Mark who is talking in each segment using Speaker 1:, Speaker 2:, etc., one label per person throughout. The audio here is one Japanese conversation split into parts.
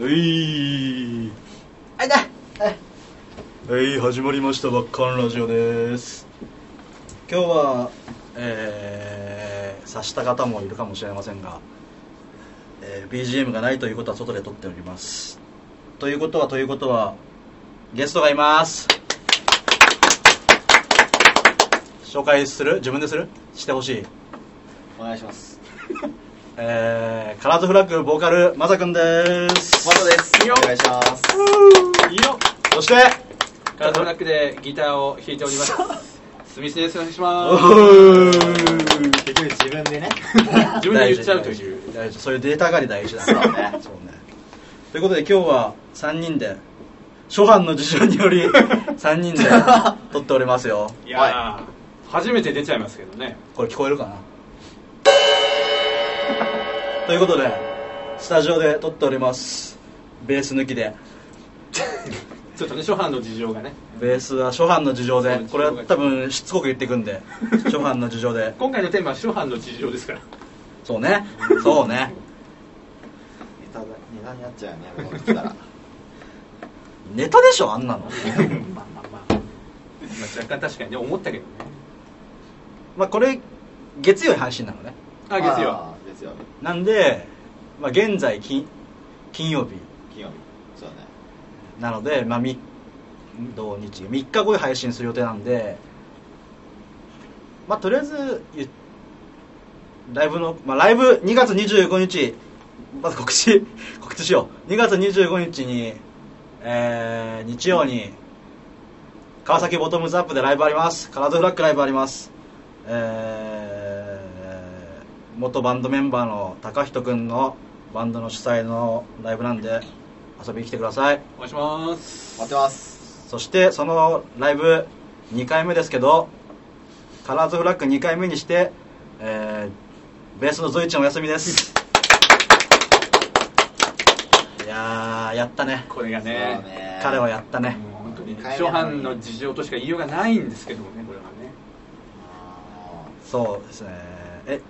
Speaker 1: はい
Speaker 2: あいだはい
Speaker 1: はい始まりました「ばっかんラジオ」です今日はえー、察した方もいるかもしれませんが、えー BGM がないということは外で撮っておりますということはということはゲストがいます紹介する自分でするしてほしい
Speaker 2: お願いします
Speaker 1: えー、カラーズフラッグボーカルマサ君です
Speaker 2: マトです
Speaker 3: いいよ
Speaker 2: お願いします
Speaker 3: いいよ
Speaker 1: そして
Speaker 3: カラトラックでギターを弾いておりますスミスですお願いしま
Speaker 1: おー
Speaker 2: 結局自分でね
Speaker 3: す自分で言っちゃうという
Speaker 1: 大事大事そういうデータがり大事だね
Speaker 2: そう
Speaker 1: そ
Speaker 2: ね
Speaker 1: うねということで今日は3人で初版の事情によ り3人で撮っておりますよ
Speaker 3: いやー初めて出ちゃいますけどね
Speaker 1: これ聞こえるかなということでスタジオで撮っておりますベース抜きで
Speaker 3: ちょっとね初版の事情がね
Speaker 1: ベースは初版の事情で
Speaker 3: そう
Speaker 1: これは多分しつこく言っていくん で初版の事情で
Speaker 3: 今回のテーマは初版の事情ですから
Speaker 1: そうねそうね
Speaker 2: ネタだネタになっちゃうよねこう来たら
Speaker 1: ネタでしょあんなの
Speaker 3: まあまあまあ、まあ、若干確かにね思ったけどね
Speaker 1: まあこれ月曜に配信なのね
Speaker 3: あ月曜
Speaker 2: あー月曜日
Speaker 1: なんで、まあ、現在金金曜日
Speaker 2: 金曜日そうだね
Speaker 1: なので、まあ、み土日3日後に配信する予定なんで、まあ、とりあえずゆライブの、まあ、ライブ2月25日まず告知 告知しよう2月25日に、えー日曜に川崎ボトムズアップでライブありますカラードフラッグライブありますえー元バンドメンバーの高人君のバンドの主催のライブなんで遊びに来てください
Speaker 3: お願いします
Speaker 2: 待ってます
Speaker 1: そしてそのライブ2回目ですけどカラーズフラッグ2回目にして、えーベースのゾイちゃんお休みですいやーやったね
Speaker 3: これがね
Speaker 2: そうね
Speaker 1: 彼はやったね
Speaker 3: もう本当に初版の事情としか言いようがないんですけどもねこれはね
Speaker 2: あ
Speaker 1: そうですねえ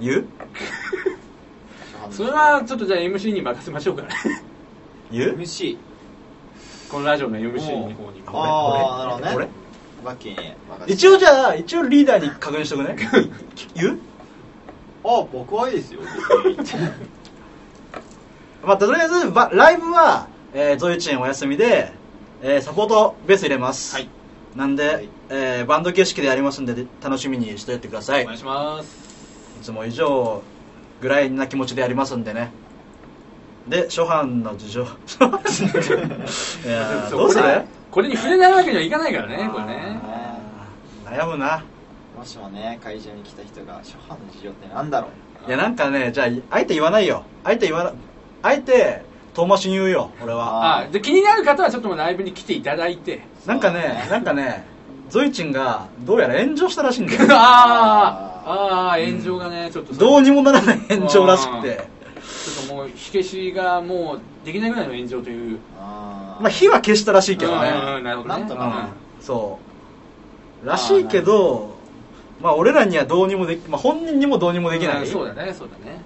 Speaker 1: 言う
Speaker 2: ー
Speaker 3: それはちょっとじゃあ MC に任せましょう かね
Speaker 1: 言う
Speaker 2: MC
Speaker 3: このラジオの MC の方に
Speaker 2: ああー
Speaker 1: 俺
Speaker 2: なるほど
Speaker 1: 俺
Speaker 2: ねバッキーに任せて
Speaker 1: 一応じゃあ一応リーダーに確認しとくね言う
Speaker 2: あ僕はいいですよ別に
Speaker 1: まあ、とりあえずばライブは、えー、ゾイチンお休みで、えーサポートベース入れます、
Speaker 3: はい
Speaker 1: なんで、
Speaker 2: はい
Speaker 1: えーバンド形式でやりますんでで楽しみにしておいてください
Speaker 3: お願いします
Speaker 1: いつも以上ぐらいな気持ちでやりますんでねで初版の 事情いやー
Speaker 3: そう
Speaker 1: どうする
Speaker 3: これこれに触れないわけにはいかないからねこれね
Speaker 1: あー悩むな
Speaker 2: もしもね会場に来た人が初版の事情ってなんだろう
Speaker 1: いやなんかねじゃああえて言わないよあえて言わなあえて遠回しに言うよ俺は
Speaker 3: あで気になる方はちょっともうライブに来ていただい て
Speaker 1: なんかねなんかねゾイチンがどうやら炎上したらしいんだよ
Speaker 3: あーあー炎上がね、ちょっと
Speaker 1: どう
Speaker 3: に
Speaker 1: にもならない炎上らしくて、
Speaker 3: ちょっともう火消しがもうできないぐらいの炎上という
Speaker 2: あー
Speaker 1: まあ、火は消したらしいけどね、
Speaker 3: うんうんなるほどね
Speaker 2: なんと
Speaker 1: う
Speaker 2: かね
Speaker 1: んそうらしいけどまあ俺らにはどうにもでき、まあ、本人にもどうにもできな
Speaker 3: うん
Speaker 1: い
Speaker 3: そうだねそうだね、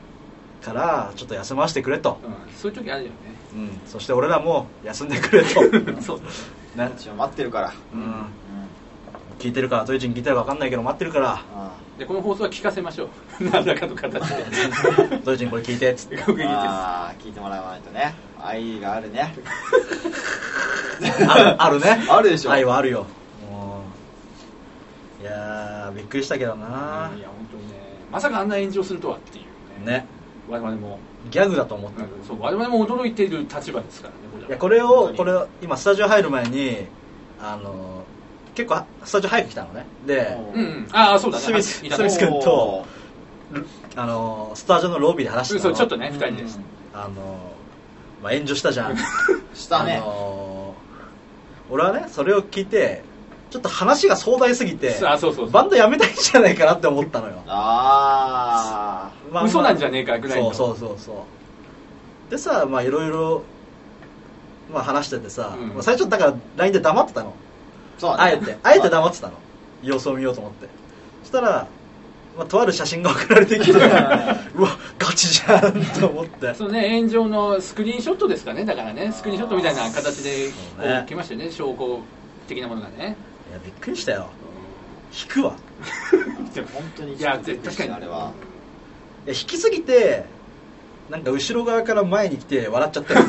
Speaker 1: からちょっと休ませてくれと、
Speaker 3: うん、そういう時あるよね
Speaker 1: うん、そして俺らも休んでくれと、
Speaker 3: そう
Speaker 1: ね
Speaker 2: こっちを待ってるから
Speaker 1: う
Speaker 2: うん
Speaker 1: ん、聞いてるからトイチン聞いてるか分かんないけど待ってる から
Speaker 2: あ
Speaker 3: でこの放送は聞かせましょう 何らかの 形で
Speaker 1: トイチンこれ聞いてっつって
Speaker 3: ごくいいです
Speaker 2: あー聞いてもらわないとね愛があるね
Speaker 1: あるあるね
Speaker 2: あるでしょ
Speaker 1: 愛はあるよもういやーびっくりしたけどない
Speaker 3: や本当にねまさかあんな炎上するとはっていうね
Speaker 1: ね
Speaker 3: 我々も
Speaker 1: ギャグだと思って
Speaker 3: なん
Speaker 1: る
Speaker 3: かそう我々も驚いている立場ですからねこれはい
Speaker 1: やこれをこれを今スタジオ入る前にあの結構スタジオ早く来たのねで
Speaker 2: お
Speaker 3: うんうんああそうだね
Speaker 1: スミス
Speaker 3: いた
Speaker 1: スミス君と
Speaker 2: おー
Speaker 1: あのスタジオのロビーで話してた
Speaker 3: そ
Speaker 1: の
Speaker 3: うちょっとね
Speaker 2: うん
Speaker 3: 二人です
Speaker 1: あの、まあ、炎上したじゃ ん
Speaker 2: したね
Speaker 1: あの俺はねそれを聞いてちょっと話が壮大すぎて
Speaker 3: あそうそうそう
Speaker 1: バンドやめたいんじゃないかなって思ったのよ
Speaker 2: あ
Speaker 3: 嘘なんじゃねえかぐらい
Speaker 1: そ
Speaker 3: の
Speaker 1: うそうそうそうでさまあいろいろまあ話しててさ、
Speaker 3: うん
Speaker 1: まあ最初だから LINE で黙ってたの
Speaker 2: ーそうだね
Speaker 1: あえてあえて黙ってたの様子を見ようと思ってそしたらまあ、とある写真が送られて きてうわガチじゃんと思って
Speaker 3: そのね、炎上のスクリーンショットですかね、だからね、スクリーンショットみたいな形で
Speaker 1: そうね
Speaker 3: こう来ましたよね、証拠的なものがね。
Speaker 1: いやびっくりしたよ引くわ
Speaker 2: 本当に
Speaker 3: いや、絶対確かに
Speaker 2: あれは。
Speaker 1: いや引きすぎてなんか後ろ側から前に来て笑っちゃ ったよ、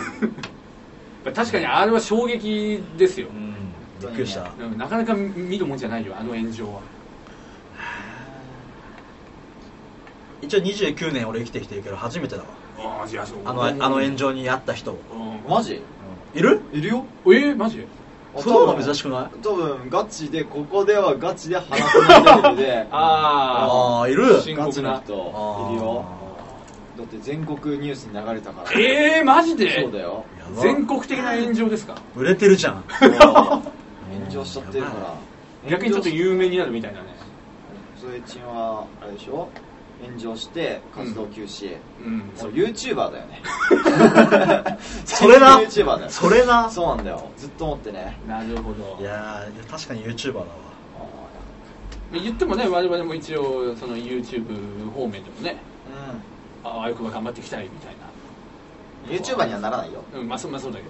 Speaker 3: 確かにあれは衝撃ですよ
Speaker 1: う。ん、びっくりした
Speaker 3: うんなかなか見るもんじゃないよ、あの炎上は。
Speaker 1: 一応29年俺生きてきてるけど初めてだわ
Speaker 3: ああ、じゃあそう
Speaker 1: あのあの炎上にあった人
Speaker 2: マジ
Speaker 1: いる
Speaker 2: いるよ
Speaker 3: うんえ、マジ
Speaker 1: そうなの珍しくない
Speaker 2: 多分ガチでここではガチで話さないレベルで
Speaker 3: あ
Speaker 1: ああいる
Speaker 3: 深
Speaker 2: ガ
Speaker 3: 刻
Speaker 2: チ
Speaker 3: な
Speaker 2: の人いるよだって全国ニュースに流れたから
Speaker 3: えー、マジで
Speaker 2: そうだよ
Speaker 1: やば
Speaker 3: 全国的な炎上ですか
Speaker 1: 売れてるじゃん
Speaker 2: そう炎上しちゃってる
Speaker 1: や
Speaker 2: か
Speaker 1: ば
Speaker 2: ら
Speaker 3: 逆にちょっと
Speaker 2: う
Speaker 3: 有名になるみたいなね。
Speaker 2: それちんはあれでしょ炎上して活動休止、
Speaker 3: うん、
Speaker 2: そ
Speaker 3: そうう
Speaker 2: YouTuber だよね
Speaker 1: それな
Speaker 2: YouTuber だよ
Speaker 1: それな
Speaker 2: そうなんだよずっと思ってね
Speaker 3: なるほど
Speaker 1: いやー確かに YouTuber だわ
Speaker 2: あ
Speaker 3: 言ってもね我々も一応その YouTube 方面でもね
Speaker 2: ー
Speaker 3: ああよくば頑張っていきたいみたい
Speaker 2: うん YouTuber にはならないよ
Speaker 3: な、うん、まあそまあそうだけど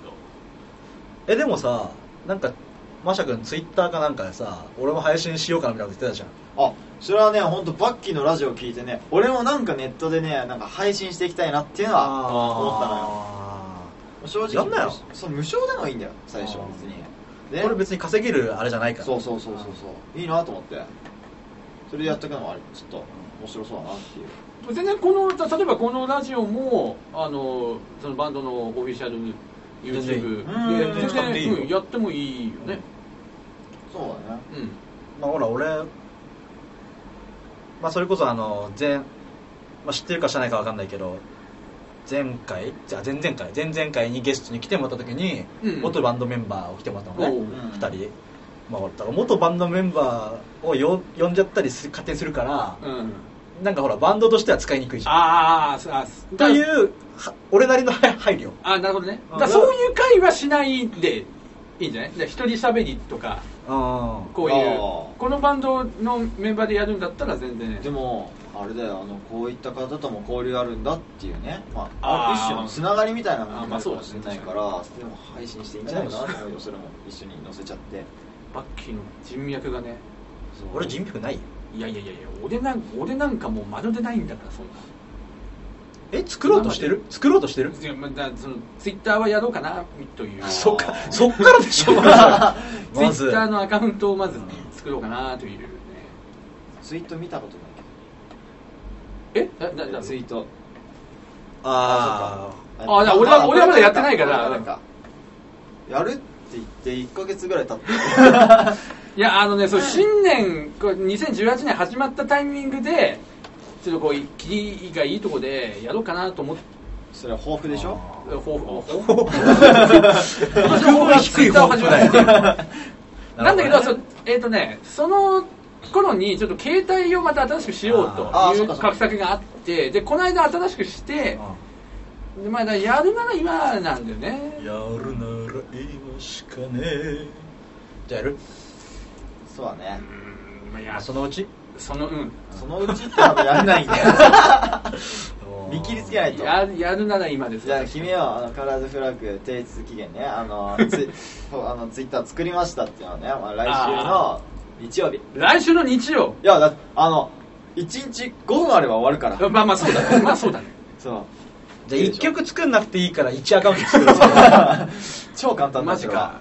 Speaker 1: えでもさなんかマシャ君ツイッターかなんかでさ俺も配信しようかなみたいなこと言ってたじゃ
Speaker 2: あそれはね本当バッキーのラジオ聞いてね俺もなんかネットでねなんか配信していきたいなっていうのは思ったのよ正
Speaker 1: や
Speaker 2: 直
Speaker 1: んなよ
Speaker 2: そう無償でもいいんだよ最初
Speaker 1: あー
Speaker 2: 別に
Speaker 1: ん
Speaker 2: で
Speaker 1: これ別に稼げるあれじゃないから
Speaker 2: そうそうそうそうそういいなと思ってそれでやっとくのもあれちょっと面白そうだなっていう
Speaker 3: 全然この例えばこのラジオもあのそのバンドのオフィシャル YouTube
Speaker 2: 全然いい
Speaker 3: で
Speaker 2: うん
Speaker 3: 全
Speaker 1: 使っていい
Speaker 3: 然
Speaker 1: よ
Speaker 3: うんやってもいいよね
Speaker 2: そうだね
Speaker 3: うん
Speaker 1: まあほら俺、まあ、それこそあの前、まあ、知ってるか知らないかわかんないけど前回じゃあ前々回前々回にゲストに来てもらった時に、
Speaker 3: うん
Speaker 1: 元バンドメンバーを来てもらったの
Speaker 3: おう
Speaker 1: ね2人、まあ、ほらだから元バンドメンバーをよ呼んじゃったりする勝手にするから、
Speaker 3: うん
Speaker 1: なんかほらバンドとしては使いにくいじゃん
Speaker 3: あーあーそうあー
Speaker 1: というは俺なりの配配慮
Speaker 3: あーなるほどね
Speaker 1: うん
Speaker 3: だからそういう会はしないでいいんじゃないだから一人喋りとか
Speaker 1: あ
Speaker 3: こういう
Speaker 2: あー
Speaker 3: このバンドのメンバーでやるんだったら全然
Speaker 2: でもあれだよあのこういった方とも交流あるんだっていうね、ま
Speaker 3: あ
Speaker 2: あ、
Speaker 3: ー
Speaker 2: 一種のつながりみたいなも
Speaker 3: あー
Speaker 2: の
Speaker 3: ま
Speaker 2: も
Speaker 3: あ
Speaker 2: ある
Speaker 3: そ
Speaker 2: か
Speaker 3: う
Speaker 2: も
Speaker 3: だね
Speaker 2: しれないからでも配信していいんじゃないかなと思うよそれも一緒に載せちゃって
Speaker 3: バッキーの人脈がね
Speaker 2: そう
Speaker 1: 俺人脈ないよ
Speaker 3: いやいやいやいや俺なん俺なんかもうまるでないんだからそんな
Speaker 1: え作ろうとしてる作ろうとしてる
Speaker 3: いやまあだそのツイッターはやろうかなという
Speaker 2: あー
Speaker 1: そっかそっからで しょまず
Speaker 3: ツイ
Speaker 1: ま
Speaker 3: ッ
Speaker 1: ず
Speaker 3: ターのアカウントをまず作ろうかなというね
Speaker 2: ツイート見たことないけど
Speaker 3: えだだだ
Speaker 2: ツイート
Speaker 1: あ
Speaker 2: そ
Speaker 3: あ
Speaker 2: っか
Speaker 3: だから俺は俺はまだやってないから
Speaker 2: 俺はまだやるって言って1か月ぐらい 経って
Speaker 3: いやあのねそう新年こう2018年始まったタイミングでちょっとこう切りがいいとこでやろうかなと思って
Speaker 2: それは抱負でしょ
Speaker 3: 抱負
Speaker 1: あ
Speaker 3: 私もツイッターを始めたんですよ なんだけど、
Speaker 1: そ
Speaker 3: そえっ、とね、その頃にちょっと携帯をまた新しくしようと
Speaker 2: あーあー
Speaker 3: い
Speaker 2: そうっかそっか
Speaker 3: 画策があって、で、この間新しくして、でまあ、だからやるなら今なんだよね。
Speaker 1: やるなら今しかねえじゃあやる
Speaker 2: そうだね
Speaker 3: うーんまあ、いや、
Speaker 1: あそ
Speaker 3: そ
Speaker 1: のうち
Speaker 3: その、うん。
Speaker 2: そのうちってのはやんないん だよ見切りつけないと
Speaker 3: ややるなら今です
Speaker 2: じゃあ君はあのカラーズフラッグ提出期限ねあのツイそうあのツイッター作りましたっていうのはね、まあ、
Speaker 3: あ
Speaker 2: 来週の日曜日い
Speaker 3: 来週の 日曜。
Speaker 2: やだあの1日5分あれば終わるから
Speaker 3: まあまあそうだね。まあそうだ ね。
Speaker 2: そう
Speaker 1: じゃあ1曲作んなくていいから1アカウント 作る
Speaker 2: 超簡単だ
Speaker 3: マ
Speaker 2: け
Speaker 3: ジ
Speaker 2: ど
Speaker 3: か。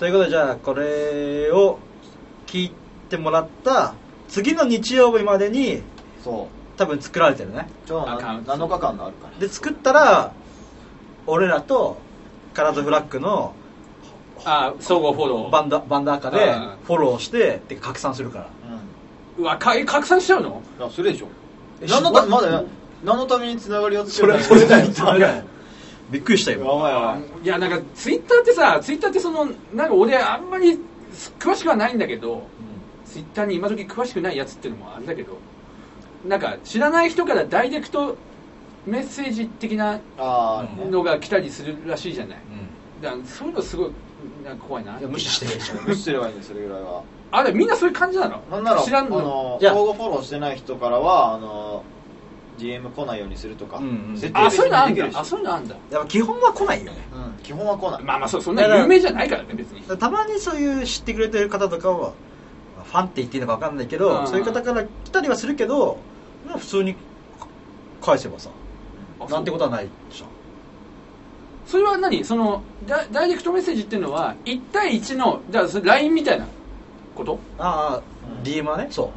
Speaker 1: ということでじゃあこれを聞いてもらった次の日曜日までに
Speaker 2: そ
Speaker 1: 多分作られてるね
Speaker 2: う超
Speaker 3: アカ
Speaker 2: な
Speaker 3: ウント
Speaker 2: 7日間のあるから
Speaker 1: で作ったら俺らとカラーズフラッグの
Speaker 3: うん、あー、総合フォロー。
Speaker 1: バンダバンダ赤で
Speaker 3: うん
Speaker 1: フォローしててか拡散するから
Speaker 2: う
Speaker 3: うわ、か拡散しちゃうの
Speaker 2: んいやそれでしょ
Speaker 1: え
Speaker 2: 何の
Speaker 1: し
Speaker 2: たまだや何のためにつながりを
Speaker 1: そ
Speaker 2: 作る
Speaker 1: れ それだよそれだよびっくりした
Speaker 2: や
Speaker 1: よ
Speaker 2: ばいやばい
Speaker 3: いやなんかツイッターってさツイッターってそのなんか俺あんまり詳しくはないんだけどツイッターに今時詳しくないやつっていうのもあれだけどなんか知らない人からダイレクトメッセージ的な
Speaker 2: ああ、ね
Speaker 3: のが来たりするらしいじゃない
Speaker 1: うん
Speaker 3: だからそういうのすごいなんか怖いない
Speaker 1: や無視していいでしょ
Speaker 2: 無視すればいいんですそれぐらいは
Speaker 3: あれみんなそういう感じなの
Speaker 2: なんなら
Speaker 3: 知らん
Speaker 2: あの
Speaker 1: いや
Speaker 2: 相互フォローしてない人からはあの DM 来ないようにするとか、
Speaker 1: うんうん
Speaker 2: 設定
Speaker 3: あそういうのあん
Speaker 2: 別にできるし
Speaker 3: だあそういうのあんだ
Speaker 1: やっぱ基本は来ないよね
Speaker 2: うん基本は来ない、
Speaker 3: まあまあそうそんな有名じゃないからね別に
Speaker 1: たまにそういう知ってくれてる方とかはまあファンって言っていいのか分かんないけど、
Speaker 3: うん
Speaker 1: そういう方から来たりはするけどまあ普通に返せばさなんてことはないじゃん
Speaker 3: それは何そのダダイレクトメッセージっていうのは1対1のじゃあそれ LINE みたいなこと
Speaker 1: ああ、
Speaker 2: うん
Speaker 1: DM はねそ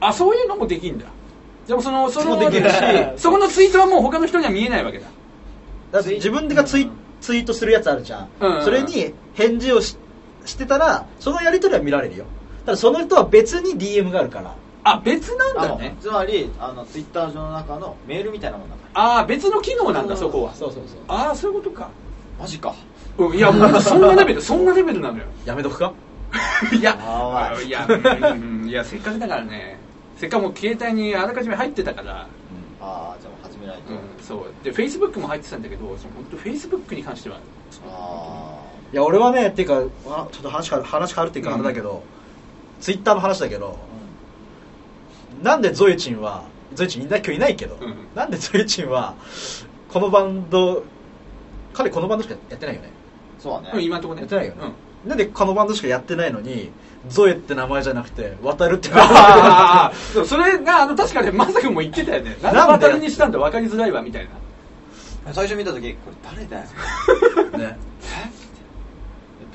Speaker 3: あそういうのもできんだでもそのその
Speaker 1: もうできるし
Speaker 3: そこのツイートはもう他の人には見えないわけだ
Speaker 1: うだって自分がツイ,、
Speaker 2: うん
Speaker 1: ツイートするやつあるじゃん、
Speaker 3: うんうんうん
Speaker 1: それに返事をししてたらそのやり取りは見られるよただその人は別に DM があるから
Speaker 3: あ別なん
Speaker 2: あ
Speaker 3: だ
Speaker 2: の
Speaker 3: ね
Speaker 2: つまりあのツイッター上の中のメールみたいなもんだから
Speaker 3: ああ別の機能なんだそこは
Speaker 1: そうそうそう
Speaker 3: ああそういうことか
Speaker 2: マジか
Speaker 3: うんいやもうほん とそんなレベルそんなレベルなのよ
Speaker 1: やめとくか
Speaker 3: いや
Speaker 2: あー
Speaker 3: いやうんうんいやせっかくだからねせっかくもう携帯にあらかじめ入ってたから
Speaker 2: ああじゃあもう始めないと、
Speaker 3: うん、そうでフェイスブックも入ってたんだけどその本当フェイスブックに関しては
Speaker 2: あ
Speaker 1: いや俺はねっていうかあちょっと話か話変わるっていうか
Speaker 3: う
Speaker 1: あ
Speaker 3: ん
Speaker 1: れだけど、ツイッターの話だけど
Speaker 2: あ、
Speaker 1: なんでゾイチンはゾイチンいない今日いないけど、
Speaker 3: うん
Speaker 1: なんでゾイチンはこのバンド彼このバンドしかやってないよね
Speaker 2: そうだ
Speaker 3: うん
Speaker 2: ね
Speaker 3: 今のところ
Speaker 1: や
Speaker 3: ね
Speaker 1: ってないよね
Speaker 3: うん、
Speaker 1: なんでこのバンドしかやってないのにゾエって名前じゃなくて渡るって名前
Speaker 3: ああそうそれがあの確かねまさくんも言ってたよねなん で
Speaker 1: なんで
Speaker 3: 渡りにしたんだ分かりづらいわみたいな
Speaker 2: 最初見た時これ誰だよ
Speaker 1: ね
Speaker 2: え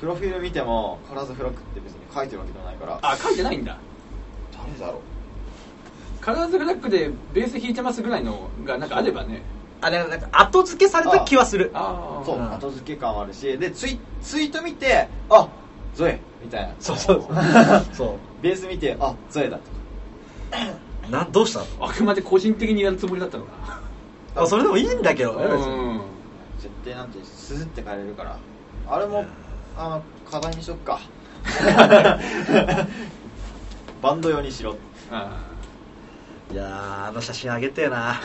Speaker 2: プロフィール見てもカラーズフラッグって別に書いてるわけでもないから
Speaker 3: あ書いてないんだ
Speaker 2: 誰だろう
Speaker 3: カラーズブラックでベース弾いてますぐらいのがなんかあればね
Speaker 1: あれなんか後付けされた気はする
Speaker 3: ああ
Speaker 2: そう
Speaker 1: うん
Speaker 2: 後付け感はあるしでツイツイート見てあゾエみたいな
Speaker 1: そうそうそ
Speaker 2: ベース見てあゾエだと
Speaker 1: うなんどうしたの
Speaker 3: あくまで個人的にやるつもりだったのか
Speaker 1: まあそれでもいいんだけ
Speaker 3: な
Speaker 1: どね別に
Speaker 3: うん
Speaker 2: 絶対なんてスズって変えれるからあれもあの課題にしとくかバンド用にしろ
Speaker 3: あ
Speaker 1: いやーあの写真あげてえ な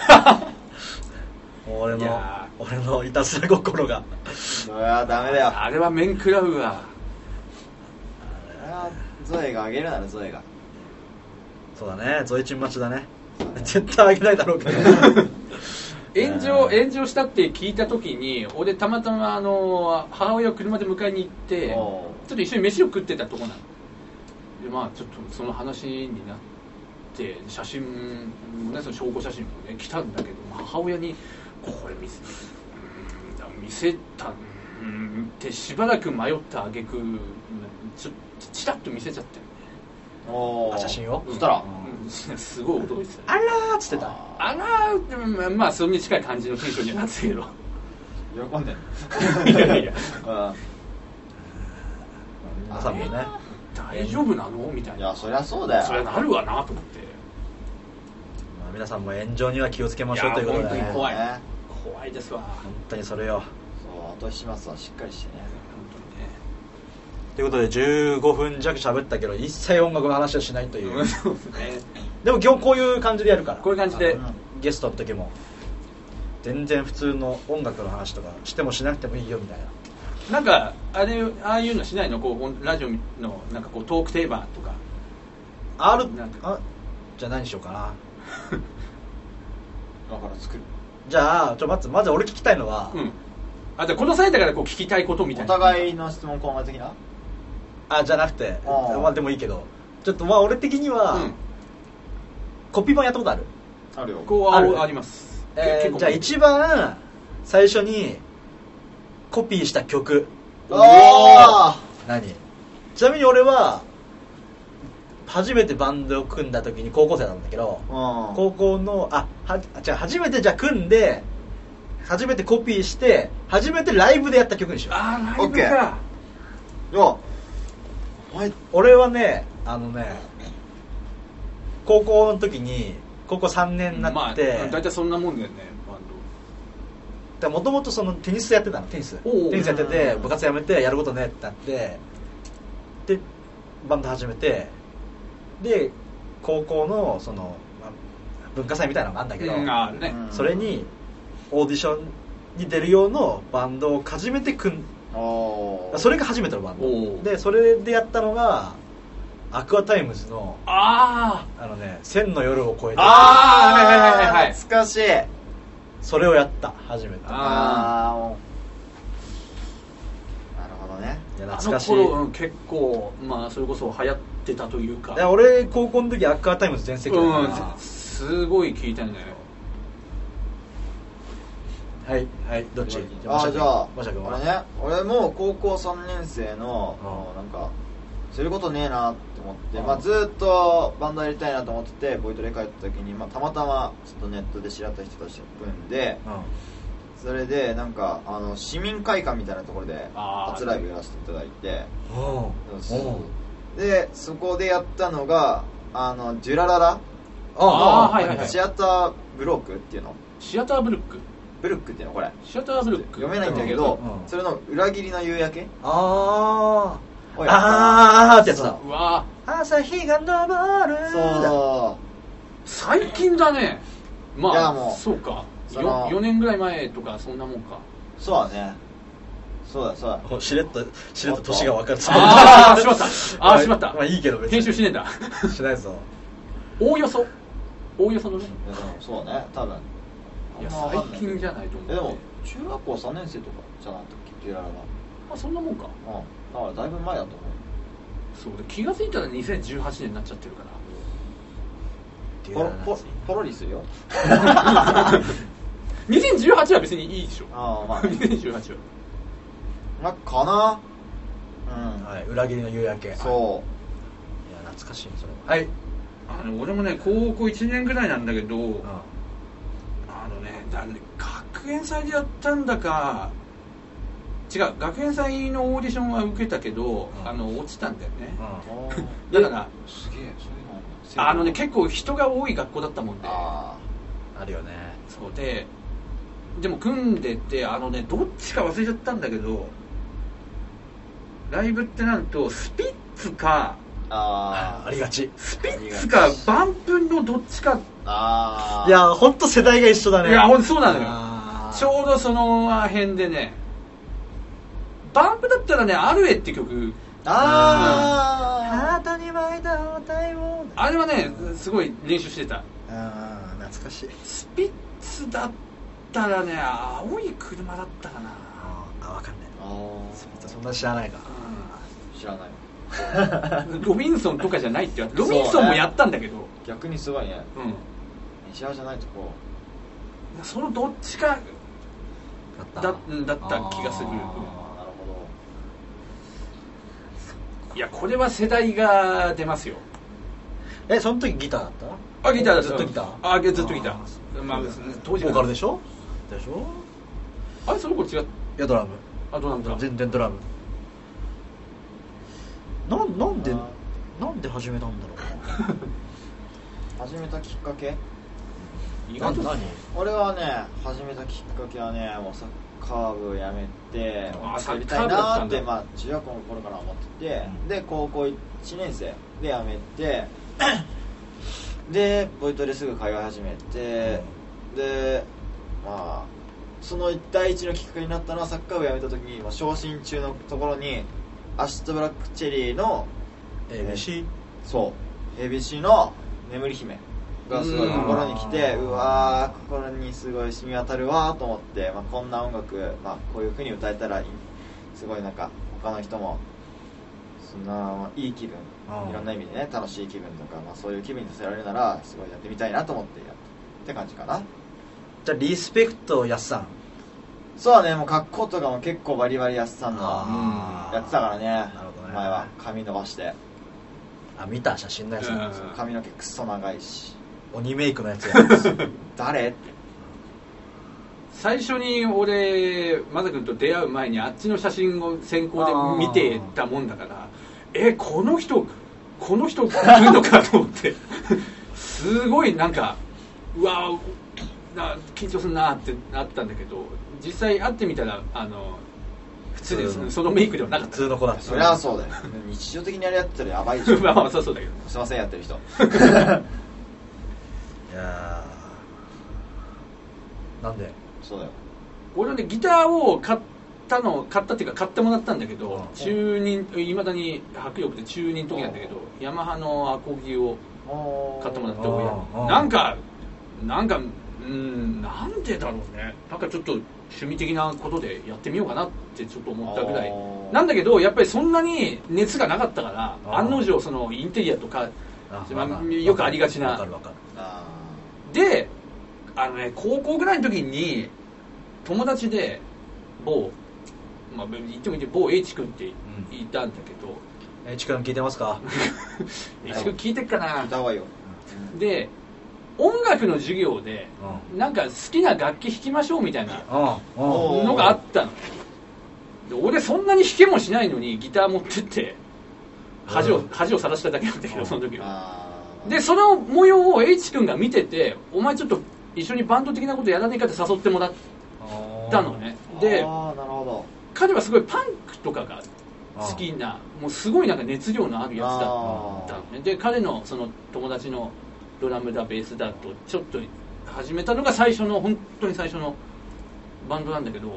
Speaker 1: もう俺
Speaker 3: い
Speaker 1: の
Speaker 3: や
Speaker 1: 俺のいたずら心が
Speaker 2: それはダメだよ
Speaker 3: ーあれは面食らうわ
Speaker 2: それはゾエがあげるならゾエが
Speaker 1: そうだねゾイチン待ちだね絶対あげないだろ うけど
Speaker 3: 炎上炎上したって聞いた時に俺たまたまあの母親を車で迎えに行ってち
Speaker 2: お
Speaker 3: ょっと一緒に飯を食ってたとこなのでまあちょっとその話になって写真もねその証拠写真もね来たんだけど母親に「これ見せうん見せたうん」ってしばらく迷った挙句ちょっとちらっと見せちゃって、
Speaker 2: おー
Speaker 1: あ写真を
Speaker 2: そしたら
Speaker 3: うん、すごい驚いてた
Speaker 1: あらーっつってた
Speaker 3: あらーうんまあそれに近い感じのテンションにはなってたけど
Speaker 2: 喜んでる
Speaker 3: いやいや
Speaker 1: 朝もね
Speaker 3: 大丈夫なのみた
Speaker 2: う
Speaker 3: い
Speaker 2: んい
Speaker 3: な
Speaker 2: やそりゃそうだよ
Speaker 3: それなるわなと思って
Speaker 1: まあ皆さんも炎上には気をつけましょうということで
Speaker 3: いや
Speaker 1: ね
Speaker 3: 本当に怖い
Speaker 2: ね
Speaker 3: 怖いですわ
Speaker 1: 本当にそれよ
Speaker 2: そう後始末はしっかりしてね
Speaker 3: 本当
Speaker 1: ということで15分弱喋ったけど一切音楽の話はしないとい
Speaker 3: に
Speaker 1: う
Speaker 3: ねそうですね
Speaker 1: でも今日こういう感じでやるから
Speaker 3: こういう感じで
Speaker 1: あのゲストの時も全然普通の音楽の話とかしてもしなくてもいいよみたいな
Speaker 3: なんかあれああいうのしないのこうほんラジオのなんかこうトークテーマとか
Speaker 1: R
Speaker 3: なんか
Speaker 1: あじゃあ何しようかな
Speaker 2: 今から作る
Speaker 1: じゃあちょ待ってまず俺聞きたいのは、
Speaker 3: うんあとこの際だからこう聞きたいことみた
Speaker 2: お
Speaker 3: いな
Speaker 2: 互いの質問コーナー的な
Speaker 1: あじゃなくて
Speaker 2: あー
Speaker 1: まあでもいいけどちょっとまあ俺的には、
Speaker 3: う
Speaker 1: コピー版やったことある、
Speaker 2: あるよ
Speaker 3: んこう
Speaker 1: あ
Speaker 3: あ
Speaker 1: る
Speaker 3: あります
Speaker 1: え
Speaker 3: 結
Speaker 1: ー
Speaker 3: 構
Speaker 1: じゃあ一番最初にコピーした曲
Speaker 2: あ
Speaker 1: 何ちなみに俺は初めてバンドを組んだ時に高校生なんだけど
Speaker 2: あ
Speaker 1: 高校のあはあ違う初めてじゃあ組んで初めてコピーして初めてライブでやった曲にしよう
Speaker 3: ああライ
Speaker 2: オッ
Speaker 3: ブ
Speaker 2: ケ
Speaker 3: か
Speaker 2: ーよお前
Speaker 1: 俺はねあのね高校の時に高校3年に
Speaker 3: ま
Speaker 1: な
Speaker 3: あ
Speaker 1: って、
Speaker 3: 大体そんなもんだよねバン
Speaker 1: もともとそのテニスやってたのテニス
Speaker 3: おうおう
Speaker 1: テニスやってて
Speaker 2: うん
Speaker 1: 部活やめてやることねってなってでバンド始めてで高校のその、まあ文化祭みたいなのがあるんだけ
Speaker 3: ド
Speaker 1: ど、
Speaker 3: うんああるね
Speaker 2: うん
Speaker 1: それにオーディションに出る用のバンドを初めて組ん
Speaker 2: ああ
Speaker 1: それが初めてのバン
Speaker 3: おう
Speaker 1: ドでそれでやったのがアクアタイムズの
Speaker 3: あ
Speaker 1: あのね「千の夜を越えて」
Speaker 3: あーはいはいはいはい
Speaker 2: 懐かしい
Speaker 1: それをやった初めてい
Speaker 3: あ
Speaker 2: ああもうなるほどね
Speaker 1: や
Speaker 3: あ
Speaker 1: 懐かしい
Speaker 3: あの頃、うん、結構まあそれこそ流行ってたというか
Speaker 1: いや俺高校の時アクアタイムズ全盛期だったから
Speaker 3: うんすごい聞いたんだよ
Speaker 1: はいはいどっち
Speaker 2: あーじゃあ
Speaker 1: マシャ君
Speaker 2: 俺
Speaker 1: は
Speaker 2: ね俺も高校3年
Speaker 1: う
Speaker 2: 生の
Speaker 1: ん
Speaker 2: もうなんかすることねえなって思って、
Speaker 1: うん
Speaker 2: まあ、ずーっとバンドやりたいなと思っててボイトレ帰った時に、まあ、たまたまちょっとネットで知らった人たちと組んでそれでなんかあの市民会館みたいなところで
Speaker 3: あー
Speaker 2: 初ライブやらせていただいて
Speaker 1: うんうん
Speaker 2: でそこでやったのがあのジュラララ、
Speaker 3: あーはいはいはい
Speaker 2: シアターブロークっていうの
Speaker 3: シアターブルック
Speaker 2: ブルックっていうのこれ
Speaker 3: シアターブルック
Speaker 2: 読めないんだけど、
Speaker 1: うん
Speaker 2: それの裏切りの夕焼け
Speaker 1: あー
Speaker 2: おい
Speaker 1: あーってやつだ
Speaker 3: うわ
Speaker 1: 朝日が昇る
Speaker 2: そう
Speaker 3: 最近だねまあ
Speaker 2: いやもう
Speaker 3: そうか
Speaker 2: その
Speaker 3: 4, 年ぐらい前とかそんなもんか
Speaker 2: そうだねそうだそうだ
Speaker 1: だしれっとしれっと年が分かる
Speaker 3: ああしま ったああしまった
Speaker 1: まあいいけど別に
Speaker 3: 編集しねえんだ
Speaker 1: しないぞ
Speaker 3: おおよそおおよそのね
Speaker 2: いやでもそうね多分
Speaker 3: いや
Speaker 2: あんまわかんな
Speaker 3: 最近じゃないと思う
Speaker 2: えでも中学校3年生とかじゃなかったっけデュララ
Speaker 3: あそんなもんか
Speaker 2: がうんだからだいぶ前だと思
Speaker 3: そうで気が付いたら2018年になっちゃってるから
Speaker 2: うポロポロポロリする よ
Speaker 3: 2018は別にいいでしょ
Speaker 2: ああまあね
Speaker 3: 2018は
Speaker 2: まあかなうん、
Speaker 1: はい裏切りの夕焼け
Speaker 2: そ
Speaker 1: いや懐かしいねそれははい
Speaker 3: あの俺もね高校1年ぐらいなんだけど、
Speaker 1: うん
Speaker 3: あのねだね学園祭でやったんだか違う学園祭のオーディションは受けたけど、
Speaker 1: うん
Speaker 3: あの落ちたんだよね、
Speaker 2: う
Speaker 1: う
Speaker 3: だから
Speaker 2: すげえそういうのあるんだ
Speaker 3: あのね結構人が多い学校だったもんで
Speaker 2: あ
Speaker 1: んあるよね
Speaker 3: そうででも組んでてあのねどっちか忘れちゃったんだけどライブってなるとスピッツか
Speaker 2: ああ
Speaker 1: ありがち
Speaker 3: スピッツかバンプのどっちか
Speaker 2: ああ
Speaker 1: いや本当世代が一緒だね
Speaker 3: いやほんとそうなのよ
Speaker 1: あー
Speaker 3: ちょうどその辺でねバンプだったらね「アルエ」って曲
Speaker 2: ああ
Speaker 1: ートに巻いた太陽
Speaker 3: あれはねすごい練習してた
Speaker 1: あー懐かしい
Speaker 3: スピッツだったらね青い車だったかな
Speaker 1: あーわかんない
Speaker 2: あー
Speaker 1: そんな知らないか
Speaker 2: 知らない
Speaker 3: うんロビンソンとかじゃないって言われてロビンソンもやったんだけど
Speaker 2: 逆にすごいね
Speaker 3: うん
Speaker 2: 西側じゃないとこ
Speaker 3: そのどっちか
Speaker 1: だ
Speaker 3: だうんだった気がする
Speaker 2: ああなるほど
Speaker 3: いやこれは世代が出ますよ
Speaker 1: えその時ギターだった
Speaker 3: あギターだ
Speaker 1: ずっとギター
Speaker 3: あずっとギター
Speaker 1: あ
Speaker 3: まあ
Speaker 1: ボ
Speaker 3: 当時
Speaker 1: ーカルでしょでしょ
Speaker 3: あれその子違う
Speaker 1: いやドラム
Speaker 3: あどうなんだ
Speaker 1: 全然ドラムなんなんで
Speaker 2: あ
Speaker 1: なんで始めたんだろ
Speaker 2: 始めたきっかけ
Speaker 1: う
Speaker 3: 意外と
Speaker 1: な
Speaker 2: 俺はね始めたきっかけはねもうサッカー部やめて
Speaker 3: あー
Speaker 2: やりたいなーって
Speaker 3: サッカー部だったんだ
Speaker 2: まあ中学校の頃から思ってて、
Speaker 1: うん
Speaker 2: で高校1年生でやめ てでボイトレすぐ通い始めて、でまあその一対一のきっかけになったのはサッカー部やめた時に、まあ、昇進中のところにアシッドブラックチェリーの
Speaker 1: 何 ABC
Speaker 2: そう ABC の「眠り姫」がすごい心に来て
Speaker 1: う
Speaker 2: うんわー心にすごい染み渡るわーと思って、まあ、こんな音楽、まあ、こういう風に歌えたらいいすごいなんか他の人もそんないい気分
Speaker 1: うん
Speaker 2: いろんな意味でね楽しい気分とか、まあ、そういう気分にさせられるならすごいやってみたいなと思ってやったって感じかな
Speaker 1: じゃあリスペクトやっさん
Speaker 2: そうだねもう格好とかも結構バリバリやってたんだ
Speaker 1: あー
Speaker 2: やってたからね
Speaker 1: るほどね
Speaker 2: 前は髪伸ばして
Speaker 1: あ見た写真のやつ
Speaker 3: うん
Speaker 2: 髪の毛クソ長いし
Speaker 1: 鬼メイクのや つや
Speaker 2: 誰って
Speaker 3: 最初に俺マザ君と出会う前にあっちの写真を先行で見てたもんだからえこの人この人来るのかと思ってすごいなんかうわな緊張するなってなったんだけど実際会ってみたらあの普通です、
Speaker 1: 普通の
Speaker 3: そのメイクではなか
Speaker 1: 普
Speaker 3: った
Speaker 1: 通の子だった
Speaker 2: そりゃそうだよ 日常的にあれやってたらやばいでしょ
Speaker 3: まあまあ そうそうだけど
Speaker 2: すいませんやってる人
Speaker 1: いやーなんで
Speaker 2: そうだよ
Speaker 3: 俺はねギターを買っったの買ったっていうか買ってもらったんだけど
Speaker 1: うん
Speaker 3: 中2いまだに迫力で中2の時なんだけどヤマハのアコギを買ってもらって
Speaker 1: うん
Speaker 3: 親になんかなんかうんなんでだろうねなんかちょっと趣味的なことでやってみようかなってちょっと思ったぐらい
Speaker 2: あー
Speaker 3: なんだけどやっぱりそんなに熱がなかったか
Speaker 1: あー
Speaker 3: ら案の定そのインテリアとか
Speaker 1: あ
Speaker 3: まあ
Speaker 1: わかる
Speaker 3: よくありがちな
Speaker 1: わかるわかる
Speaker 2: あ
Speaker 3: であのね高校ぐらいの時に友達で某まあ言ってもいいけど某 H 君っていたんだけど、
Speaker 1: えちくん聞いてますか
Speaker 3: H 君聞いてっか
Speaker 2: あ
Speaker 3: な
Speaker 2: 歌わよ
Speaker 3: で音楽の授業で
Speaker 1: う
Speaker 3: なんか好きな楽器弾きましょうみたいな
Speaker 1: うんうん
Speaker 2: おー
Speaker 3: のがあったので俺そんなに弾けもしないのにギター持ってって恥
Speaker 1: う
Speaker 3: を
Speaker 1: ん
Speaker 3: 恥をさらしただけなんだけ
Speaker 1: う
Speaker 3: ど
Speaker 1: ん
Speaker 3: その時は
Speaker 2: あー
Speaker 3: でその模様を H 君が見ててお前ちょっと一緒にバンド的なことやらねえかって誘ってもらったのねで
Speaker 2: ああなるほど
Speaker 3: 彼はすごいパンクとかが好きなもうすごいなんか熱量のあるやつだったのねで彼のその友達のドラムだベースだとちょっと始めたのが最初の本当に最初のバンドなんだけど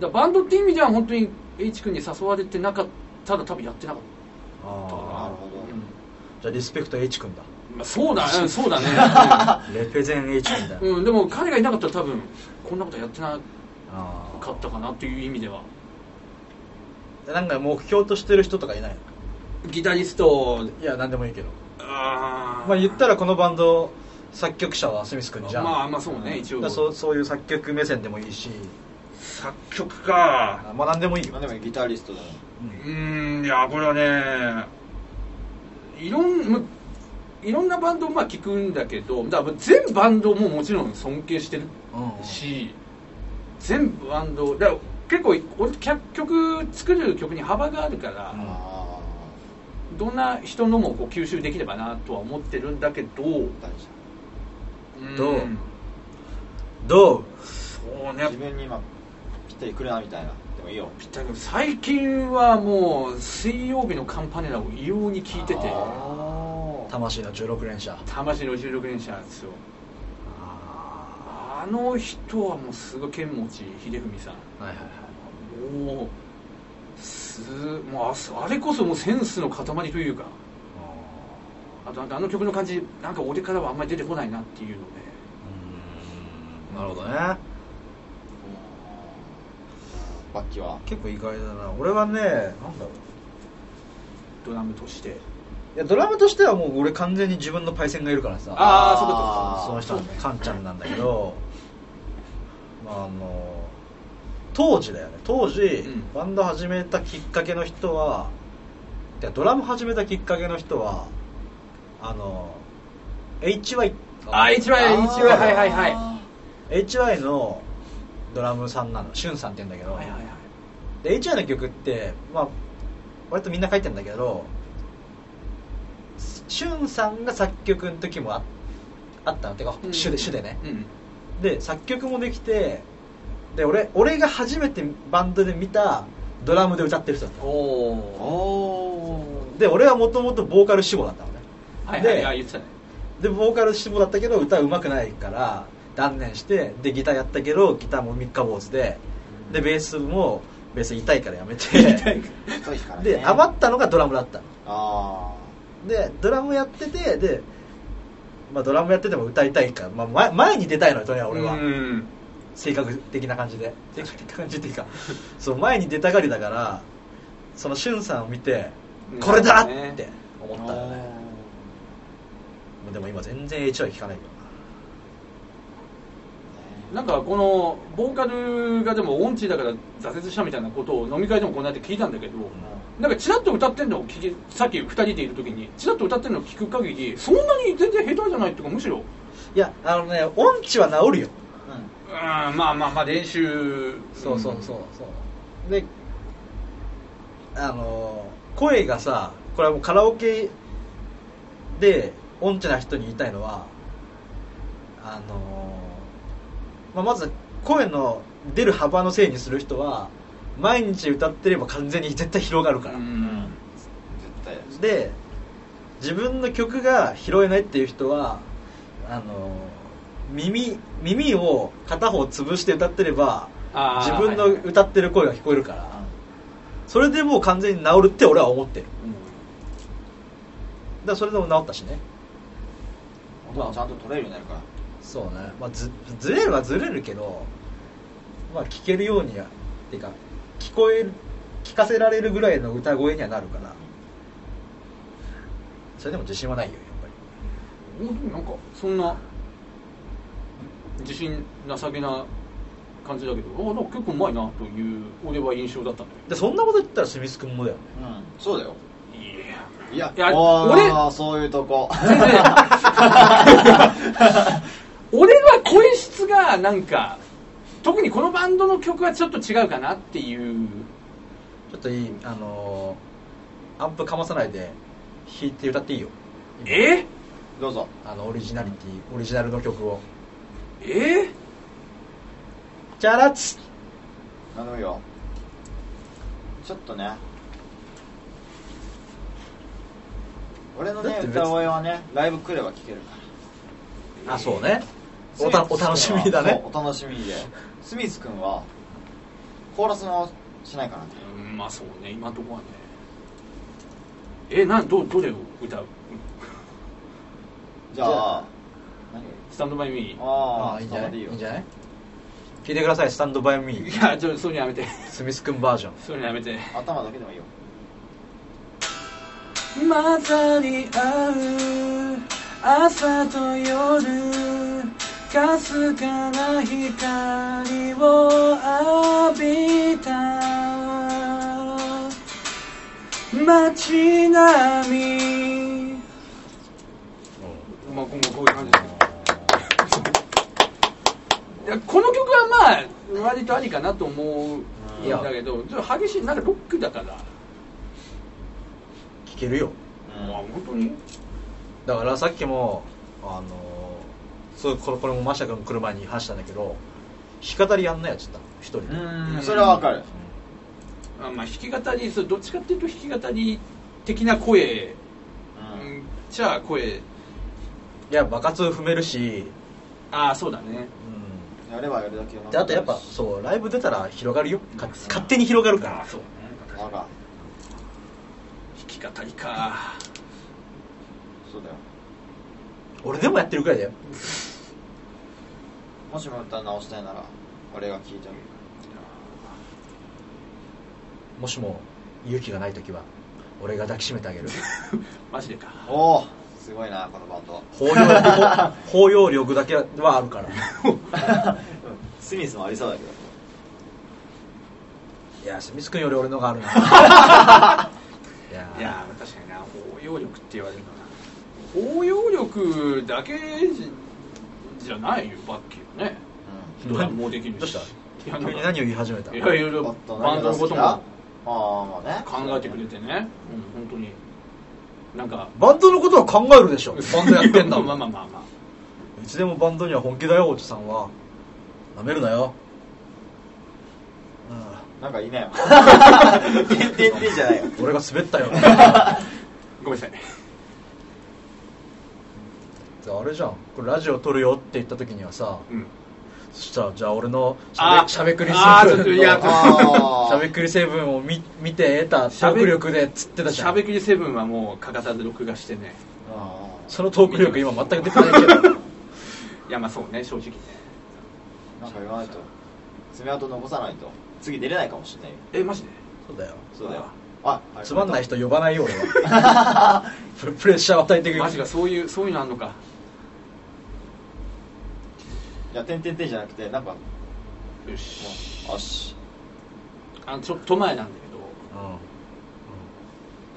Speaker 3: だからバンドって意味では本当に H 君に誘われてなかったら多分やってなかっ
Speaker 1: あ
Speaker 3: たか
Speaker 1: ー
Speaker 3: な
Speaker 2: なるほど
Speaker 1: じゃあリスペクト H 君だ
Speaker 3: うんまあ、そうだ ねそう だね、
Speaker 1: レペゼン H 君だ
Speaker 3: うんうんでも彼がいなかったら多分こんなことやってな
Speaker 1: あー
Speaker 3: かったかなという意味では
Speaker 1: なんか目標としてる人とかいない
Speaker 3: ギタリスト
Speaker 1: いや何でもいいけど
Speaker 3: あー
Speaker 1: まあ言ったらこのバンド作曲者はスミス君じゃん
Speaker 3: まあまあそうね一
Speaker 1: だ
Speaker 3: 応
Speaker 1: からそうそういう作曲目線でもいいし
Speaker 3: 作曲か
Speaker 1: あまあ何でもいいよ
Speaker 2: まあでもギタリストだね
Speaker 1: うん
Speaker 3: うーんいやこれはねいろんむいろんなバンドをまあ聞くんだけどだから全バンドももちろん尊敬してる
Speaker 1: うん
Speaker 3: し、全バンドだから結構俺曲曲作る曲に幅があるから、
Speaker 1: うん
Speaker 2: あ
Speaker 3: どんな人のもこう吸収できればなとは思ってるんだけど
Speaker 2: あ大事
Speaker 3: うん
Speaker 1: どうどう
Speaker 3: そうね
Speaker 2: 自分に今ぴったりくるなみたいなでもいいよ
Speaker 3: ぴったり最近はもう水曜日のカンパネラを異様に聞いてて
Speaker 2: あー
Speaker 1: 魂の16連射
Speaker 3: 魂の16連射ですよ
Speaker 1: あ
Speaker 3: あの人はもうすごい剣持秀文さん
Speaker 1: あはいはいはい
Speaker 3: もうすもうあそあれこそもうセンスの塊というかあとなんかあの曲の感じなんか俺からはあんまり出てこないなっていうの
Speaker 1: う
Speaker 3: で
Speaker 1: ーんなるほどね
Speaker 2: バッキは
Speaker 1: 結構意外だな俺はねなんだろう
Speaker 3: ドラムとして
Speaker 1: いやドラムとしてはもう俺完全に自分のパイセンがいるからさ
Speaker 3: あー
Speaker 1: その
Speaker 2: う
Speaker 1: 人はねカンちゃんなんだけどまああの当時だよね当時、
Speaker 3: うん
Speaker 1: バンド始めたきっかけの人はいやドラム始めたきっかけの人はあの HY
Speaker 3: あ HY
Speaker 1: あー
Speaker 3: はいはいはいはい
Speaker 1: HY のドラムさんなのしゅんさんって言うんだけど、
Speaker 3: はいはいはい
Speaker 1: で HY の曲ってまあ割とみんな書いてんだけどしゅんさんが作曲の時もああったのてか
Speaker 3: うん
Speaker 1: 主で主でね
Speaker 3: うん
Speaker 1: で作曲もできてで俺俺が初めてバンドで見たドラムで歌ってる人だった
Speaker 3: お
Speaker 1: の
Speaker 2: お
Speaker 3: お
Speaker 2: お
Speaker 1: で俺はもともとボーカル志望だったのね
Speaker 3: はいはい
Speaker 1: で
Speaker 3: はい言ってたね
Speaker 1: でボーカル志望だったけど歌うまくないから断念してでギターやったけどギターも三日坊主ででベースもベース痛いからやめて
Speaker 2: そうですからね
Speaker 1: で余ったのがドラムだったの
Speaker 2: あ
Speaker 1: でドラムやっててで、まあ、ドラムやってても歌いたいから、まあ、前前に出たいのよとりあえず俺は、
Speaker 3: うん
Speaker 1: 性格的な感じで性格的な感じっていうかそう前に出たがりだからそのしゅんさんを見て、
Speaker 3: うん
Speaker 1: これだっ
Speaker 3: そうね
Speaker 1: て
Speaker 2: ー
Speaker 1: 思ったよねでも今全然 HY 聞かないけ
Speaker 3: なんかこのボーカルがでも音痴だから挫折したみたいなことを飲み会でもこの間聞いたんだけど、
Speaker 1: どな、
Speaker 3: なんかチラッと歌ってんのを聞きさっき2人でいる時にチラッと歌ってんのを聞く限りそんなに全然下手じゃないっていうかむしろ
Speaker 1: いやあのね音痴は治るよ
Speaker 2: う
Speaker 3: うんまあまあまあ練習
Speaker 1: そうそうそうそうであのー声がさこれはもうカラオケで音痴な人に言いたいのはあのーまあ、まず声の出る幅のせいにする人は毎日歌ってれば完全に絶対広がるから、
Speaker 3: ん
Speaker 2: 絶対です
Speaker 1: で自分の曲が拾えないっていう人はあの耳耳を片方潰して歌ってれば
Speaker 3: あー
Speaker 1: 自分の
Speaker 3: はいはい
Speaker 1: 歌ってる声が聞こえるからそれでもう完全に治るって俺は思ってるだからそれでも治ったしね
Speaker 2: 音がちゃんと取れるようになるから
Speaker 1: そうね、まあ、ずずれるはずれるけど、まあ、聞けるようにはっていうか聞こえる聞かせられるぐらいの歌声にはなるからそれでも自信はないよやっぱり
Speaker 3: うんなんかそんな自信なさげな感じだけどあなんか結構うまいなという俺は印象だったんだ
Speaker 1: でそんなこと言ったら清水君もだよね
Speaker 2: うんそうだよ
Speaker 3: けどいや
Speaker 2: いや
Speaker 3: いや
Speaker 2: おー
Speaker 3: 俺
Speaker 2: そういうとこ
Speaker 3: 俺は声質がなんか特にこのバンドの曲はちょっと違うかなっていう
Speaker 1: ちょっといいあのーアンプかまさないで弾いて歌っていいよ
Speaker 3: え
Speaker 2: どうぞ
Speaker 1: あのオリジナリティオリジナルの曲を
Speaker 3: え
Speaker 1: 「チャラッツ
Speaker 2: 何でもいいよちょっとね俺の
Speaker 1: だ
Speaker 2: ね
Speaker 1: って別に
Speaker 2: 歌声はねライブ来れば聴けるから」
Speaker 1: あそうねおたお楽しみだね
Speaker 2: そうお楽しみでスミス君はコーラスのしないかなって
Speaker 3: うんまあそうね今のところはねえなんどどれを歌う
Speaker 2: じゃ
Speaker 1: じゃ
Speaker 2: あ
Speaker 1: あ
Speaker 2: 何
Speaker 3: スタンドバイミー
Speaker 2: ああ
Speaker 1: あーいいんじゃないい
Speaker 2: い
Speaker 1: い
Speaker 2: よ
Speaker 1: んじゃない聞いてください「スタンドバイミー
Speaker 3: いやちょっとそういうのやめて
Speaker 1: スミス君バージョン
Speaker 3: そういうのやめて
Speaker 2: 頭だけでもいいよ
Speaker 3: またに会う朝と夜かすかな光を浴びた街並みまあ今後こういう感じですねいやこの曲はまあ割とありかなと思うんだけどちょっと激しいなんかロックだから
Speaker 1: 聞けるよ
Speaker 3: まあ本当に
Speaker 1: だからさっきもあのーそうこれこれもマシャ君来る前に話したんだけど弾き語りやんないやつったの一人で
Speaker 2: うんそれはわかる
Speaker 3: あまあ弾き語りそうどっちかっていうと弾き語り的な声、
Speaker 2: うん
Speaker 3: じゃあ声
Speaker 1: いや爆発踏めるし、
Speaker 3: ああそうだね
Speaker 1: う
Speaker 2: やればやるだけ
Speaker 1: ん、であとやっぱそうライブ出たら広がるよか勝手に広がるか
Speaker 3: あ
Speaker 1: ら
Speaker 3: そうね
Speaker 2: あら
Speaker 3: 弾き語りか
Speaker 2: そうだよ
Speaker 1: 俺でもやってるくらいだよ
Speaker 2: もしも歌直したいなら俺が聴いてみる
Speaker 1: もしも勇気がない時は俺が抱きしめてあげ る
Speaker 3: マジでか
Speaker 2: おおすごいなこのバンド
Speaker 1: 包容力包容力だけはあるから
Speaker 2: スミスもありそうだけど
Speaker 1: いやスミス君より俺のがあるな いや
Speaker 3: いやー確かにな包容力って言われるのな包容力だけじじゃないよバッキーはね
Speaker 1: うん
Speaker 3: ドラムもできるし
Speaker 1: どうした
Speaker 3: いやなん
Speaker 1: 急
Speaker 3: か
Speaker 1: に何を言い始めた
Speaker 3: いやいろいろ
Speaker 2: もっ
Speaker 3: バンドのこと
Speaker 2: あ
Speaker 3: も
Speaker 2: あまあね
Speaker 3: 考えてくれてね、うん、本当になんか
Speaker 1: バンドのことは考えるでしょ バンドやってんだ
Speaker 3: まあまあまあまあ
Speaker 1: いつでもバンドには本気だよおじさんはなめるなよあ
Speaker 2: なんかいいね てんてんてんじゃないよ
Speaker 1: あ俺が滑 ったよ
Speaker 3: ごめんなさい
Speaker 1: じゃああれじゃんこれラジオ撮るよって言った時にはさ
Speaker 3: うん
Speaker 1: そしたらじゃあ俺のし
Speaker 3: あ
Speaker 1: ゃ
Speaker 3: ー
Speaker 1: べしゃべくり
Speaker 3: あーちょっとい
Speaker 1: セ
Speaker 3: や
Speaker 1: ブン
Speaker 3: ちょっ
Speaker 1: の
Speaker 2: あ
Speaker 1: しゃべくりセブンを見見て得たトーク力でっつってたじ
Speaker 3: し
Speaker 1: ゃ
Speaker 3: ゃべ
Speaker 1: ん
Speaker 3: くりセブンはもう欠かさず録画してね
Speaker 2: あ
Speaker 1: そのトーク力今全く出てないけど
Speaker 3: いやまあそうね正直ね
Speaker 2: ーなんか言わないと爪痕残さないと次出れないかもしれないよ
Speaker 3: えマジで
Speaker 1: そうだよ
Speaker 2: そうだよあ
Speaker 1: つまんない人呼ばないよ俺はプレプレッシャーを与えてく
Speaker 3: マジかそういうそういうのあんのか
Speaker 2: いやてんてんてんじゃなくてなんかも
Speaker 3: よし
Speaker 2: うよし
Speaker 3: あのちょっと前なんだけど
Speaker 1: うんうん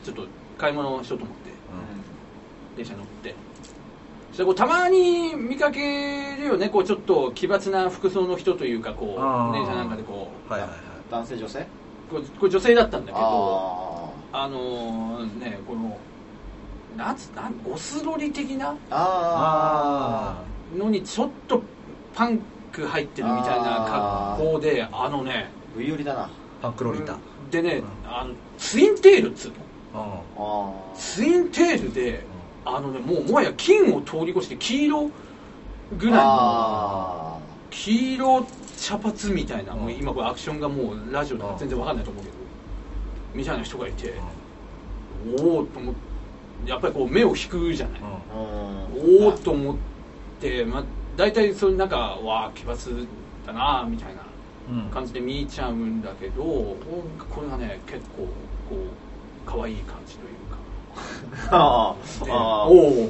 Speaker 3: ちょっと買い物をしようと思って
Speaker 1: うん
Speaker 3: 電車に乗ってそしてこうたまに見かけるよねこうちょっと奇抜な服装の人というかこう
Speaker 1: あー
Speaker 3: 電車なんかでこ
Speaker 1: はいはいはい
Speaker 2: 男性女性
Speaker 3: うこうこれ女性だったんだけど
Speaker 2: あ
Speaker 3: あのーねこのなんつなんゴスロリ的な
Speaker 2: ーあ
Speaker 1: あ
Speaker 3: のにちょっとパンク入ってるみたいな格好であのね
Speaker 2: ー V 寄りだな
Speaker 1: あパンクロリータ
Speaker 3: でね、
Speaker 1: う
Speaker 3: あのツインテールっつうの
Speaker 1: うん
Speaker 2: あー
Speaker 3: ツインテールであのねもうもはや金を通り越して黄色ぐらいの
Speaker 2: あー
Speaker 3: 黄色茶髪みたいな、
Speaker 1: うん
Speaker 3: もう今これアクションがもうラジオとか全然わかんないと思うけど、みたいな人がいて、おおと思ってやっぱりこう目を引くじゃない、
Speaker 1: う
Speaker 2: うん
Speaker 3: おおと思って、まあ、大体そのなんかわあ奇抜だなみたいなん
Speaker 1: うん
Speaker 3: 感じで見ちゃうんだけど、これがね結構こう可愛い感じというか
Speaker 2: あー
Speaker 3: で
Speaker 2: あー
Speaker 3: お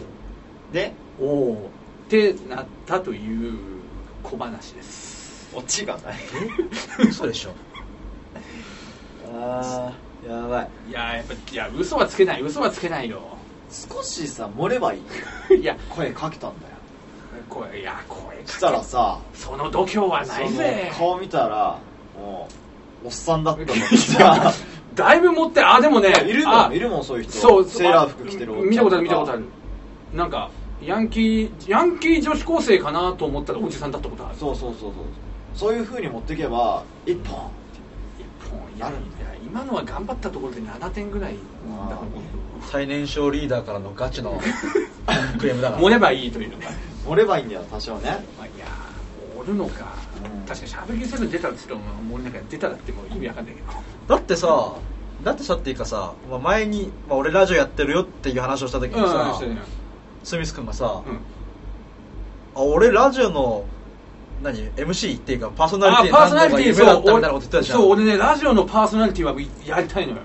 Speaker 3: ー
Speaker 2: で
Speaker 3: おおってなったという小話です
Speaker 2: オチがない
Speaker 1: 嘘でしょ
Speaker 2: ああやばい
Speaker 3: いやーやっぱいや嘘はつけない嘘はつ けないよ
Speaker 2: 少しさ漏ればいい
Speaker 3: いや
Speaker 2: 声かけたんだよ
Speaker 3: 声いや声かけ
Speaker 2: したらさ
Speaker 3: その度胸はないぜ
Speaker 2: その顔見たらもうおっさんだったのに さ
Speaker 3: だいぶ持ってあでもね
Speaker 2: いる
Speaker 3: あ
Speaker 2: もんいるもんそういう人
Speaker 3: そう
Speaker 2: セーラー服着てるおっちゃん
Speaker 3: 見たことある見たことあるなんかヤンキーヤンキー女子高生かなと思ったらおじさんだったことある
Speaker 2: そうそうそうそうそういうふうに持ってけば一本って
Speaker 3: いやもういやいや今のは頑張ったところで7点ぐらいだからもう
Speaker 1: 最年少リーダーからのガチのクレームだから
Speaker 3: 盛ればいいというのが
Speaker 2: 盛ればいいんだよ多少ね
Speaker 3: まあいやーおるのか、
Speaker 2: うん
Speaker 3: 確かにしゃべりセブン出たっつっても俺なんか出ただってもう意味わかんないけど
Speaker 1: だってさだってさっていうかさ、まあ、前に、まあ、俺ラジオやってるよっていう話をした時にさ、
Speaker 3: うん
Speaker 1: スミス君がさ、
Speaker 3: うん
Speaker 1: あ俺ラジオの何 MC っていうかパーソナ
Speaker 3: あ
Speaker 1: リティ
Speaker 3: パーソナリティ
Speaker 1: そうだ
Speaker 3: そ
Speaker 1: っ
Speaker 3: う
Speaker 1: たみたいなこと言ってた
Speaker 3: 俺
Speaker 1: じゃん
Speaker 3: そう俺ねラジオのパーソナリティはやりたいの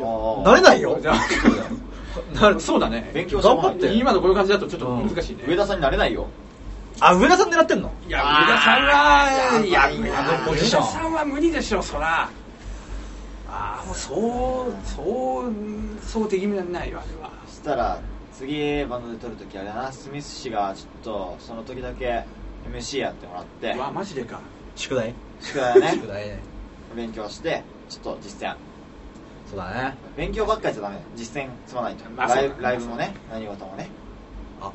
Speaker 3: よ
Speaker 1: なれ
Speaker 2: 慣
Speaker 1: ないよ
Speaker 3: じゃあ
Speaker 1: なる
Speaker 3: そうだね
Speaker 2: 勉強してもらわな
Speaker 1: 頑
Speaker 2: い
Speaker 1: 張
Speaker 2: と
Speaker 1: って
Speaker 3: 今のこういう感じだとちょっと難しいね、
Speaker 2: 上田さんになれないよ
Speaker 1: あ上田さん狙ってんの
Speaker 3: いや上田さんは
Speaker 2: あー
Speaker 3: いや
Speaker 2: やばい
Speaker 3: 上
Speaker 2: な
Speaker 3: 田
Speaker 1: ポジション
Speaker 3: 上田さんは無理でしょそらああもうそうそうそう的にはないわあれは
Speaker 2: そしたら次バンドで撮るときあれだなスミス氏がちょっとその時だけ MC やってもらって
Speaker 3: うわマジでか
Speaker 1: 宿題
Speaker 2: 宿題をね
Speaker 1: 宿題ね
Speaker 2: 勉強してちょっと実践
Speaker 1: そうだね
Speaker 2: 勉強ばっかりじゃダメ実践積まないと、
Speaker 3: まあ
Speaker 2: ライ
Speaker 3: そう
Speaker 2: ブ
Speaker 3: だね
Speaker 2: ライブもね何事もね
Speaker 1: あも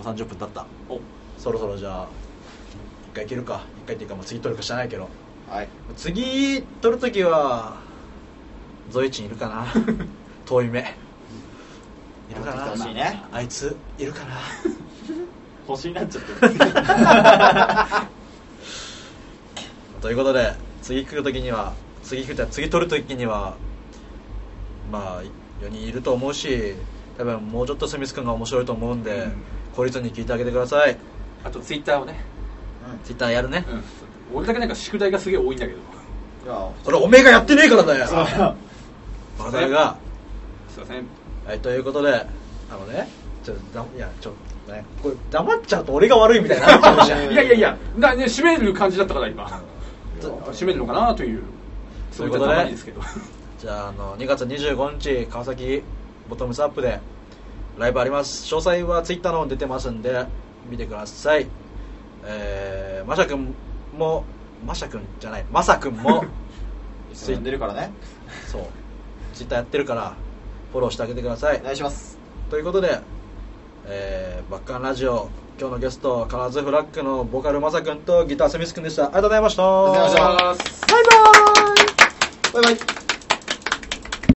Speaker 1: う30分経った
Speaker 3: お
Speaker 1: そろそろじゃあ一回いけるか一回っていうか、まあ、次取るか知らないけど
Speaker 2: はい
Speaker 1: 次取るときはゾイチンいるか な遠い目いるかな
Speaker 2: 欲しいね
Speaker 1: あいついるかな
Speaker 2: 星になっちゃってる
Speaker 1: ということで次来るときには次来ると次取るときにはまあ4人いると思うし多分もうちょっとスミス君が面白いと思うんで、
Speaker 3: うん
Speaker 1: 懲りずに聞いてあげてください
Speaker 3: あとツイッターをね、
Speaker 1: ツイッターやるね、
Speaker 3: うん、俺だけなんか宿題がすげえ多いんだけど
Speaker 2: じゃあ
Speaker 1: 俺おめえがやってねえからだよ
Speaker 2: そう
Speaker 1: バカが
Speaker 3: すいません
Speaker 1: はい、ということで、あのね、ちょっとだ、いや、ちょっとね、これ、黙っちゃうと俺が悪いみたいになっちゃうじゃん。
Speaker 3: いやいやいやだ、ね、締める感じだったから今
Speaker 1: ちょ
Speaker 3: 締めるのかなというそういったたまにですけど
Speaker 1: じゃあ、あの、2月25日、川崎ボトムスアップでライブあります。詳細はツイッターの方に出てますんで、見てください。えー、マシャ君も、マシャ君じゃない、マサ君も、
Speaker 2: 呼んでるからね
Speaker 1: そう、ツイッターやってるから、フォローしてあげてください
Speaker 2: お。願いします
Speaker 1: ということで、えー、バッカンラジオ今日のゲストカラーズフラッグのボーカルマサ君とギタースミス君でしたありがとうございました
Speaker 2: ありがとうございました
Speaker 3: あー
Speaker 1: バイバーイ
Speaker 2: バイバイ